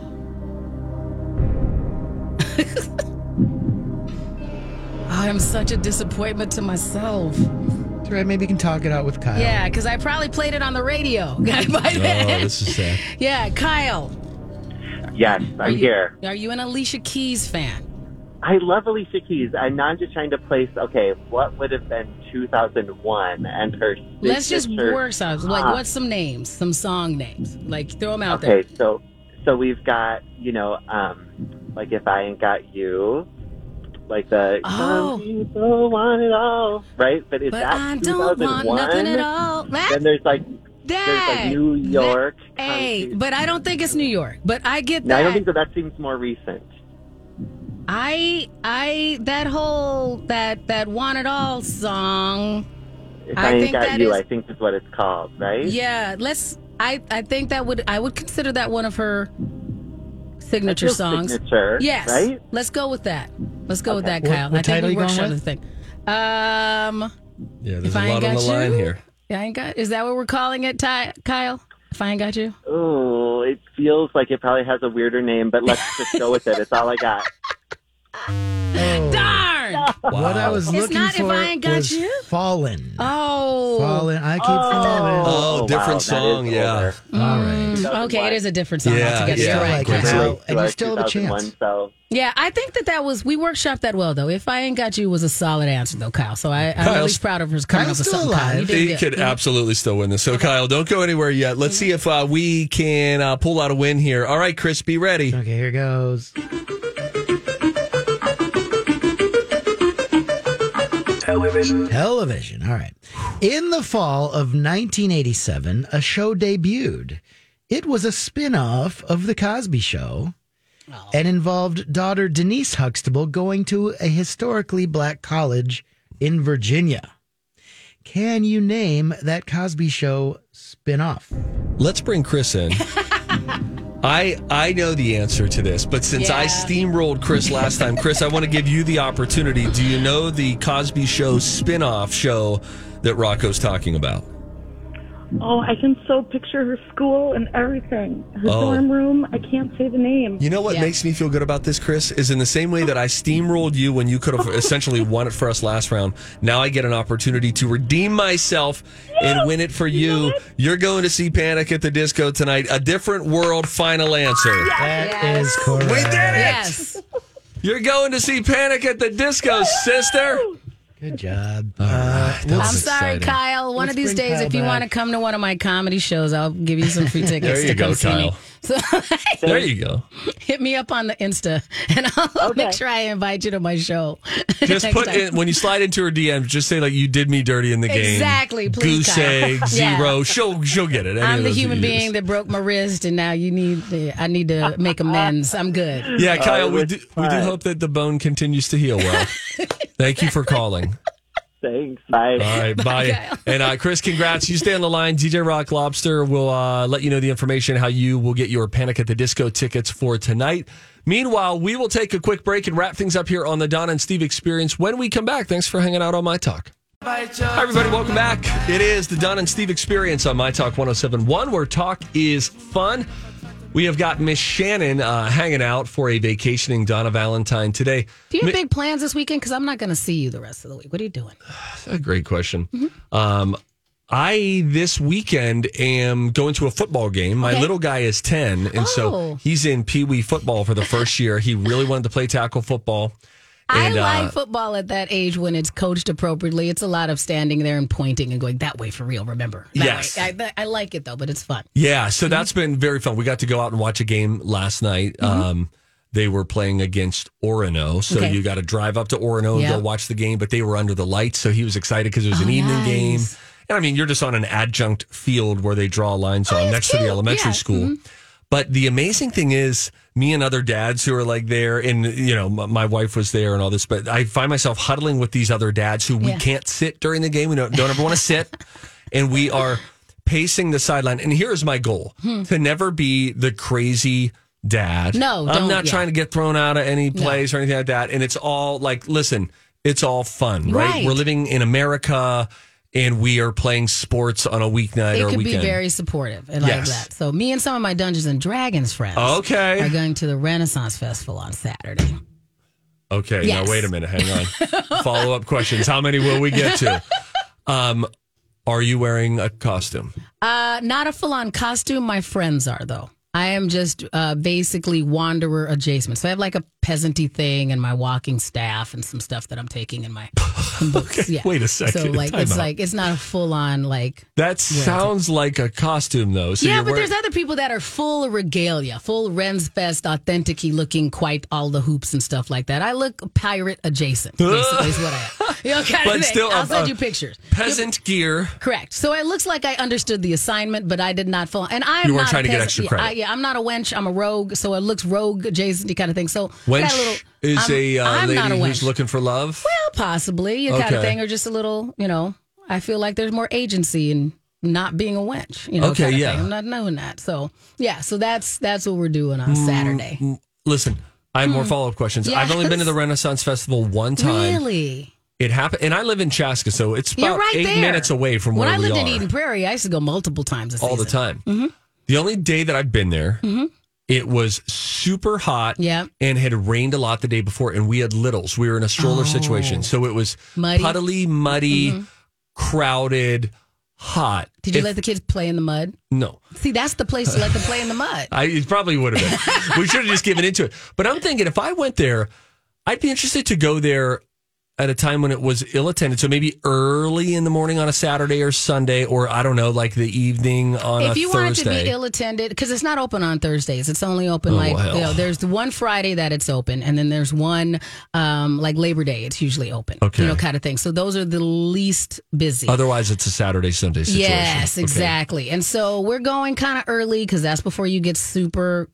Speaker 2: I am Oh, such a disappointment to myself.
Speaker 3: Right, maybe you can talk it out with Kyle.
Speaker 2: Yeah, because I probably played it on the radio by then.
Speaker 1: Oh, this is sad.
Speaker 2: Yeah, Kyle,
Speaker 13: Yes,
Speaker 2: Are
Speaker 13: I'm
Speaker 2: you-
Speaker 13: here.
Speaker 2: are you an Alicia Keys fan?
Speaker 13: I love Alicia Keys. I'm not just trying to place, okay, what would have been 2001 and her.
Speaker 2: Let's just
Speaker 13: signature-
Speaker 2: work some. Like,
Speaker 13: Ah.
Speaker 2: what's some names? Some song names? Like, throw them out there.
Speaker 13: Okay, so so we've got you know, um, like if I ain't got you, like the
Speaker 2: Oh.
Speaker 13: some people want it all, right? But is
Speaker 2: But
Speaker 13: that
Speaker 2: I don't want
Speaker 13: 2001?
Speaker 2: nothing at all. That-
Speaker 13: Then there's like there's
Speaker 2: That-
Speaker 13: like New York.
Speaker 2: Hey, but I don't think it's New York. But I get
Speaker 13: No, I don't
Speaker 2: that.
Speaker 13: think that. That seems more recent.
Speaker 2: I I that whole that that want it all song.
Speaker 13: If
Speaker 2: I
Speaker 13: I, ain't
Speaker 2: think
Speaker 13: got
Speaker 2: that
Speaker 13: you,
Speaker 2: is-
Speaker 13: I think is what it's called, right?
Speaker 2: Yeah, let's. I I think that would I would consider that one of her signature
Speaker 13: That's your
Speaker 2: songs.
Speaker 13: signature,
Speaker 2: yes.
Speaker 13: right?
Speaker 2: Let's go with that. Let's go with
Speaker 13: Okay.
Speaker 2: that,
Speaker 13: What-
Speaker 2: Kyle.
Speaker 13: what
Speaker 2: I think
Speaker 13: title
Speaker 2: we
Speaker 13: you going
Speaker 2: workshop the
Speaker 13: with?
Speaker 2: thing. Um,
Speaker 1: Yeah, there's
Speaker 2: If I
Speaker 1: a lot
Speaker 2: ain't
Speaker 1: on the
Speaker 2: got
Speaker 1: line
Speaker 2: you?
Speaker 1: here.
Speaker 2: I ain't got. Is that what we're calling it, Ty, Kyle? If I ain't got you.
Speaker 13: Oh, it feels like it probably has a weirder name, but let's just go with it. It's all I got.
Speaker 2: Darn!
Speaker 3: What I was
Speaker 2: It's
Speaker 3: looking
Speaker 2: not If
Speaker 3: for
Speaker 2: I Ain't Got
Speaker 3: was
Speaker 2: You?
Speaker 3: Fallen.
Speaker 2: Oh,
Speaker 3: Fallen. I keep falling.
Speaker 1: Oh,
Speaker 13: wow,
Speaker 1: different
Speaker 13: that is
Speaker 1: song. Yeah.
Speaker 3: All right.
Speaker 2: Mm, okay, it is a different song
Speaker 1: Yeah,
Speaker 2: altogether.
Speaker 1: yeah.
Speaker 2: You're right.
Speaker 1: Like
Speaker 2: Kyle.
Speaker 1: it.
Speaker 3: So,
Speaker 13: It's
Speaker 3: and you
Speaker 13: like
Speaker 3: still have a
Speaker 13: 2001,
Speaker 3: chance.
Speaker 13: So
Speaker 2: Yeah, I think that that was we workshopped that well though. If I ain't got you was a solid answer though, Kyle. So I, I'm really
Speaker 1: Kyle's-
Speaker 2: proud of her coming up
Speaker 3: Kyle's
Speaker 2: with
Speaker 3: still
Speaker 2: something. Kyle. You
Speaker 3: alive.
Speaker 2: did
Speaker 1: He
Speaker 2: good.
Speaker 1: could absolutely still win this. So, Kyle, don't go anywhere yet. Let's see if uh, we can uh, pull out a win here. All right, Chris, be ready.
Speaker 3: Okay, here goes.
Speaker 8: Television.
Speaker 3: Television. All right. In the fall of 1987, a show debuted. It was a spin off of The Cosby Show and involved daughter Denise Huxtable going to a historically black college in Virginia. Can you name that Cosby Show spin off?
Speaker 1: Let's bring Chris in. I I know the answer to this, but since I
Speaker 2: Yeah.
Speaker 1: steamrolled Chris last time, Chris, I want to give you the opportunity. Do you know the Cosby Show spin-off show that Rocco's talking about?
Speaker 12: Oh, I can so picture her school and everything. Her
Speaker 1: Oh.
Speaker 12: dorm room. I can't say the name.
Speaker 1: You know what
Speaker 2: Yeah.
Speaker 1: makes me feel good about this, Chris, is in the same way that I steamrolled you when you could have essentially won it for us last round. Now I get an opportunity to redeem myself and win it for you. You're going to see Panic at the Disco tonight. A different world. Final answer.
Speaker 3: That is correct.
Speaker 1: We did it.
Speaker 2: Yes.
Speaker 1: You're going to see Panic at the Disco, sister.
Speaker 3: Good job.
Speaker 1: That
Speaker 2: I'm
Speaker 1: was
Speaker 2: sorry,
Speaker 1: exciting.
Speaker 2: Kyle. One
Speaker 3: Let's
Speaker 2: of these
Speaker 3: bring
Speaker 2: days,
Speaker 3: Kyle
Speaker 2: if you
Speaker 3: back.
Speaker 2: want to come to one of my comedy shows, I'll give you some free tickets
Speaker 1: There
Speaker 2: to
Speaker 1: you
Speaker 2: come
Speaker 1: go,
Speaker 2: see me.
Speaker 1: Kyle.
Speaker 2: So
Speaker 1: There you go.
Speaker 2: hit me up on the Insta, and I'll
Speaker 12: Okay.
Speaker 2: make sure I invite you to my show.
Speaker 1: Just
Speaker 2: next
Speaker 1: put
Speaker 2: time.
Speaker 1: in, when you slide into her DM, just say like you did me dirty in the game.
Speaker 2: Exactly, please,
Speaker 1: Goose
Speaker 2: Kyle.
Speaker 1: egg
Speaker 2: Yeah.
Speaker 1: zero. She'll she'll get it. Any
Speaker 2: I'm
Speaker 1: of
Speaker 2: the
Speaker 1: those
Speaker 2: human
Speaker 1: you use.
Speaker 2: being that broke my wrist, and now you need. To, I need to make amends. I'm good.
Speaker 1: Yeah, Kyle,
Speaker 13: it
Speaker 1: we
Speaker 13: was
Speaker 1: do, we do
Speaker 13: fun.
Speaker 1: hope that the bone continues to heal well. Thank you for calling.
Speaker 13: thanks. Bye.
Speaker 1: All right, bye.
Speaker 2: Kyle.
Speaker 1: And uh, Chris, congrats. You stay on the line. DJ Rock Lobster will uh, let you know the information how you will get your Panic at the Disco tickets for tonight. Meanwhile, we will take a quick break and wrap things up here on the Donna and Steve Experience. When we come back, thanks for hanging out on My Talk. Hi, everybody. Welcome back. It is the Don and Steve Experience on My Talk 1071, where talk is fun. We have got Miss Shannon uh, hanging out for a vacationing Donna Valentine today.
Speaker 2: Do you have big plans this weekend? Because I'm not going to see you the rest of the week. What are you doing?
Speaker 1: A great question.
Speaker 2: Mm-hmm.
Speaker 1: Um, I this weekend am going to a football game. My
Speaker 2: Okay.
Speaker 1: little guy is ten, and so
Speaker 2: Oh.
Speaker 1: he's in Pee Wee football for the first year. He really wanted to play tackle football. And,
Speaker 2: I like
Speaker 1: uh,
Speaker 2: football at that age when it's coached appropriately. It's a lot of standing there and pointing and going that way for real. Remember? That
Speaker 1: Yes.
Speaker 2: way." I, that- I like it though, but it's fun.
Speaker 1: Yeah, so that's been very fun. We got to go out and watch a game last night. Um, they were playing against Orono, so
Speaker 2: Mm-hmm. Okay.
Speaker 1: you got to drive up to Orono and
Speaker 2: Yeah.
Speaker 1: go watch the game. But they were under the lights, so he was excited because it was an
Speaker 2: Oh,
Speaker 1: evening
Speaker 2: nice.
Speaker 1: game. And I mean, you're just on an adjunct field where they draw lines on next to the elementary
Speaker 2: Oh, Yeah.
Speaker 1: school. But the amazing thing is, me and other dads who are like there, and you know, my, my wife was there and all this, but I find myself huddling with these other dads who we
Speaker 2: Yeah.
Speaker 1: can't sit during the game. We don't, don't ever want to sit. And we are pacing the sideline. And here's my goal
Speaker 2: Hmm.
Speaker 1: to never be the crazy dad. I'm
Speaker 2: No, don't-
Speaker 1: not
Speaker 2: yeah.
Speaker 1: trying to get thrown out of any plays or anything like that. And it's all like, listen, it's all fun, right?
Speaker 2: Right.
Speaker 1: We're living in America and we are playing sports on a weeknight
Speaker 2: It
Speaker 1: or
Speaker 2: could
Speaker 1: weekend.
Speaker 2: be very supportive and
Speaker 1: Yes.
Speaker 2: like that. So me and some of my Dungeons and Dragons friends
Speaker 1: Okay.
Speaker 2: are going to the Renaissance Festival on Saturday.
Speaker 1: Okay,
Speaker 2: Yes.
Speaker 1: now wait a minute. Hang on. Follow up questions. How many will we get to? Um, are you wearing a costume?
Speaker 2: Uh, not a full on costume. My friends are though. I am just uh, basically wanderer adjacent. So I have like a peasanty thing and my walking staff and some stuff that I'm taking in my in books. yeah.
Speaker 1: Wait a second.
Speaker 2: So like
Speaker 1: Time
Speaker 2: it's
Speaker 1: out.
Speaker 2: like it's not a full on like
Speaker 1: that
Speaker 2: Yeah.
Speaker 1: sounds like a costume though. So
Speaker 2: yeah,
Speaker 1: you're
Speaker 2: but
Speaker 1: wearing-
Speaker 2: there's other people that are full regalia, full Ren's Fest, authentic looking, quite all the hoops and stuff like that. I look pirate adjacent, basically, is what I am. You know, kind
Speaker 1: But
Speaker 2: of thing.
Speaker 1: still,
Speaker 2: I'll
Speaker 1: uh,
Speaker 2: send
Speaker 1: uh,
Speaker 2: you pictures.
Speaker 1: peasant gear.
Speaker 2: Correct. So it looks like I understood the assignment, but I did not fall. And I am
Speaker 1: You weren't
Speaker 2: not
Speaker 1: trying
Speaker 2: a
Speaker 1: to get
Speaker 2: peasant.
Speaker 1: extra
Speaker 2: yeah,
Speaker 1: credit.
Speaker 2: I, yeah, I'm not a wench. I'm a rogue. So it looks rogue adjacent kind of thing. So I got
Speaker 1: Wench
Speaker 2: a little,
Speaker 1: is
Speaker 2: I'm,
Speaker 1: a uh,
Speaker 2: I'm
Speaker 1: lady
Speaker 2: not a wench.
Speaker 1: who's looking for love.
Speaker 2: well, possibly you kind of
Speaker 1: Okay.
Speaker 2: thing, or just a little. You know, I feel like there's more agency in not being a wench. You know,
Speaker 1: Okay,
Speaker 2: kind of
Speaker 1: yeah.
Speaker 2: Thing. I'm not knowing that. So yeah. So that's that's what we're doing on Saturday.
Speaker 1: Mm, mm, Listen, I have more follow up questions. I've only been to the Renaissance Festival one time.
Speaker 2: hmm. Really?
Speaker 1: It happened, and I live in Chaska, so it's
Speaker 2: You're
Speaker 1: about
Speaker 2: right
Speaker 1: eight
Speaker 2: there.
Speaker 1: minutes away from
Speaker 2: when
Speaker 1: where
Speaker 2: I lived
Speaker 1: we
Speaker 2: in
Speaker 1: are
Speaker 2: Eden Prairie, I used to go multiple times. A
Speaker 1: all the
Speaker 2: season. Mm-hmm.
Speaker 1: time. The only day that I've been there,
Speaker 2: Mhm.
Speaker 1: it was super hot
Speaker 2: Yeah.
Speaker 1: and had rained a lot the day before, and we had littles. We were in a stroller situation. So it was
Speaker 2: Oh. Muddy. Mm-hmm.
Speaker 1: puddly, muddy, crowded, hot.
Speaker 2: Did you
Speaker 1: If-
Speaker 2: let the kids play in the mud?
Speaker 1: No.
Speaker 2: See, that's the place to let them play in the mud.
Speaker 1: I it probably would have been. we should have just given into it. But I'm thinking if I went there, I'd be interested to go there at a time when it was ill attended. So maybe early in the morning on a Saturday or Sunday, or I don't know, like the evening on
Speaker 2: if
Speaker 1: a
Speaker 2: you
Speaker 1: Thursday.
Speaker 2: want it to be ill attended, because it's not open on Thursdays, it's only open
Speaker 1: Oh,
Speaker 2: like
Speaker 1: well.
Speaker 2: you know, there's the one Friday that it's open, and then there's one um, like Labor Day, it's usually open,
Speaker 1: Okay.
Speaker 2: you know, kind of thing. So those are the least busy.
Speaker 1: Otherwise, it's a Saturday Sunday situation.
Speaker 2: Yes,
Speaker 1: Okay.
Speaker 2: exactly. And so we're going kind of early because that's before you get super,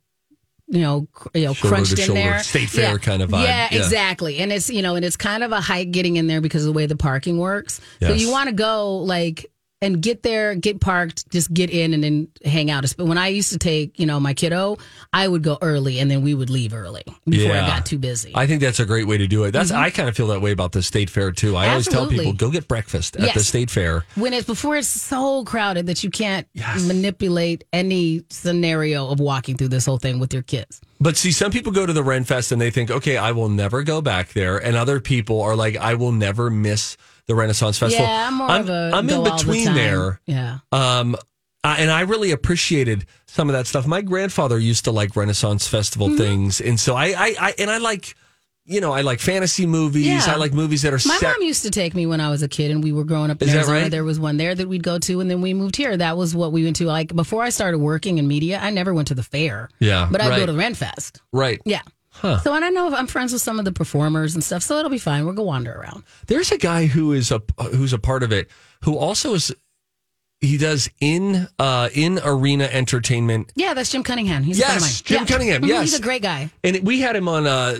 Speaker 2: you know, cr- you know,
Speaker 1: Shoulder to
Speaker 2: crunched in
Speaker 1: shoulder,
Speaker 2: there.
Speaker 1: state fair kind of vibe.
Speaker 2: Yeah,
Speaker 1: Yeah.
Speaker 2: exactly. And it's you know, and it's kind of a hike getting in there because of the way the parking works. So
Speaker 1: Yes.
Speaker 2: you want to go like and get there, get parked, just get in and then hang out. But when I used to take you know my kiddo, I would go early and then we would leave early before
Speaker 1: Yeah.
Speaker 2: it got too busy.
Speaker 1: I think that's a great way to do it. That's I kind of feel that way about the state fair too. I always
Speaker 2: Mm-hmm. Absolutely.
Speaker 1: tell people go get breakfast at the
Speaker 2: Yes.
Speaker 1: state fair.
Speaker 2: when it's before it's so crowded that you can't manipulate any scenario of walking through this whole thing with your kids.
Speaker 1: But see, some people go to the Ren Fest and they think, okay, I will never go back there. And other people are like, I will never miss the Renaissance Festival.
Speaker 2: Yeah, I'm more of a
Speaker 1: I'm
Speaker 2: go
Speaker 1: in
Speaker 2: all the
Speaker 1: between
Speaker 2: time.
Speaker 1: there.
Speaker 2: Yeah.
Speaker 1: Um, I, and I really appreciated some of that stuff. My grandfather used to like Renaissance Festival
Speaker 2: Mm-hmm.
Speaker 1: things, and so I, I, I, and I like, you know, I like fantasy movies.
Speaker 2: Yeah.
Speaker 1: I like movies that are
Speaker 2: My
Speaker 1: set.
Speaker 2: mom used to take me when I was a kid, and we were growing up in
Speaker 1: Is that
Speaker 2: Arizona.
Speaker 1: right?
Speaker 2: There was one there that we'd go to, and then we moved here. That was what we went to. Like before I started working in media, I never went to the fair.
Speaker 1: Yeah,
Speaker 2: but I'd
Speaker 1: right.
Speaker 2: go to Renfest.
Speaker 1: right.
Speaker 2: Yeah. So I don't know if I'm friends with some of the performers and stuff. So it'll be fine. We'll go wander around.
Speaker 1: There's a guy who is a who's a part of it who also is he does in uh in arena entertainment
Speaker 2: Yeah, that's Jim Cunningham. He's a friend of
Speaker 1: Yes,
Speaker 2: mine.
Speaker 1: Jim Cunningham,
Speaker 2: Mhm,
Speaker 1: yes.
Speaker 2: he's a great guy.
Speaker 1: and we had him on uh,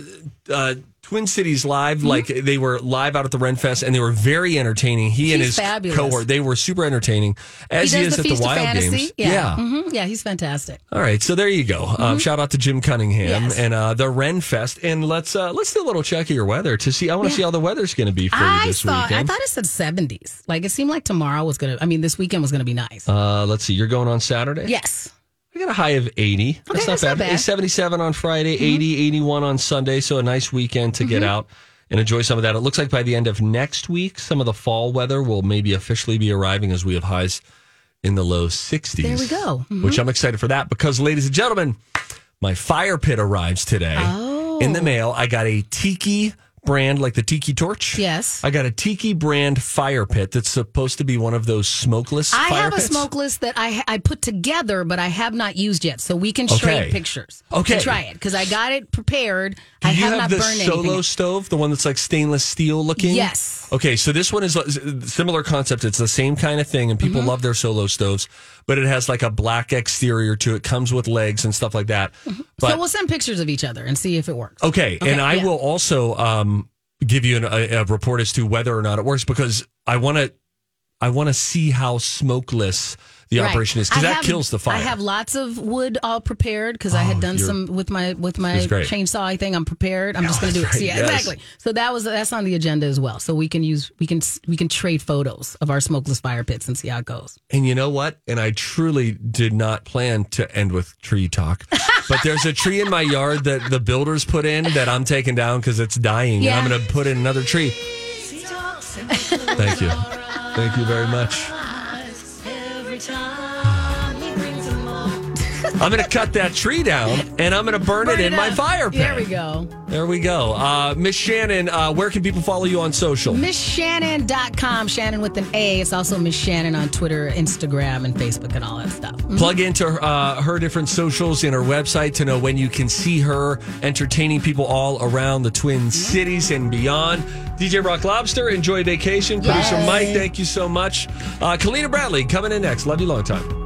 Speaker 1: uh, Twin Cities Live.
Speaker 2: Mm-hmm.
Speaker 1: Like they were live out at the Renfest, and they were very entertaining. He and
Speaker 2: He's
Speaker 1: his
Speaker 2: fabulous.
Speaker 1: cohort, they were super entertaining, as
Speaker 2: he
Speaker 1: he,
Speaker 2: does
Speaker 1: is
Speaker 2: the
Speaker 1: at
Speaker 2: Feast
Speaker 1: the
Speaker 2: of
Speaker 1: Wild
Speaker 2: Fantasy.
Speaker 1: Games.
Speaker 2: Yeah, Mhm. yeah, he's fantastic.
Speaker 1: All right, so there you go. Um, shout out to Jim Cunningham
Speaker 2: Yes.
Speaker 1: and uh, the Ren Fest, and let's uh, let's do a little check of your weather to see. I want to
Speaker 2: Yeah.
Speaker 1: see how the weather's going to be for you
Speaker 2: I
Speaker 1: this
Speaker 2: thought
Speaker 1: weekend.
Speaker 2: I thought it said 70s. Like it seemed like tomorrow was gonna. I mean, this weekend was gonna be nice.
Speaker 1: uh, let's see. You're going on Saturday.
Speaker 2: Yes.
Speaker 1: We got a high of 80.
Speaker 2: Okay, that's not bad. Mm-hmm.
Speaker 1: It's 77 on Friday, 80, 81 on Sunday. So a nice weekend to get out and enjoy some of that. It looks like by the end of next week, some of the fall weather will maybe officially be arriving as we have highs in the low 60s.
Speaker 2: There we go. Mhm.
Speaker 1: Which I'm excited for that because, ladies and gentlemen, my fire pit arrives today in
Speaker 2: Oh.
Speaker 1: the mail. I got a tiki brand like the tiki torch.
Speaker 2: Yes.
Speaker 1: I got a tiki brand fire pit that's supposed to be one of those smokeless
Speaker 2: I
Speaker 1: fire
Speaker 2: have a
Speaker 1: pits.
Speaker 2: smokeless that I I put together, but I have not used yet. So we can
Speaker 1: Okay.
Speaker 2: trade pictures.
Speaker 1: Okay.
Speaker 2: and try it because I got it prepared.
Speaker 1: Do
Speaker 2: I
Speaker 1: you
Speaker 2: have,
Speaker 1: have,
Speaker 2: not
Speaker 1: the
Speaker 2: burned
Speaker 1: solo
Speaker 2: anything.
Speaker 1: stove, the one that's like stainless steel looking?
Speaker 2: Yes.
Speaker 1: Okay, so this one is a similar concept. It's the same kind of thing, and people
Speaker 2: Mm-hmm.
Speaker 1: love their solo stoves, but it has like a black exterior to it. Comes with legs and stuff like that. But
Speaker 2: Mm-hmm. so we'll send pictures of each other and see if it works.
Speaker 1: okay, and I
Speaker 2: yeah.
Speaker 1: will also um, give you an, a, a report as to whether or not it works because I want to. I want to see how smokeless the operation is because
Speaker 2: I
Speaker 1: that
Speaker 2: have-
Speaker 1: kills the fire. Oh,
Speaker 2: I have lots of wood all prepared because I had done
Speaker 1: you're-
Speaker 2: some with my with my
Speaker 1: That's great.
Speaker 2: chainsaw thing. I'm prepared. I'm just going to do it.
Speaker 1: that's
Speaker 2: So,
Speaker 1: right,
Speaker 2: yeah,
Speaker 1: yes.
Speaker 2: exactly. So that was that's on the agenda as well. So we can use we can s- we can trade photos of our smokeless fire pits and see how it goes.
Speaker 1: And you know what? And I truly did not plan to end with tree talk. But there's a tree in my yard that the builders put in that I'm taking down because it's dying.
Speaker 2: Yeah.
Speaker 1: And I'm going to put in another tree. Thank you. Thank you very much. I'm going to cut that tree down and I'm going to burn, it in my
Speaker 2: up.
Speaker 1: fire pit.
Speaker 2: There we go.
Speaker 1: There we go. Uh, Miss Shannon, uh, where can people follow you on social?
Speaker 2: MissShannon.com, Shannon with an A. It's also Miss Shannon on Twitter, Instagram, and Facebook, and all that stuff.
Speaker 1: Plug into uh, her different socials and her website to know when you can see her entertaining people all around the Twin Cities and beyond. DJ Rock Lobster, enjoy vacation. Producer
Speaker 14: Yay.
Speaker 1: Mike, thank you so much. Uh, Kalina Bradley coming in next. Love you long time.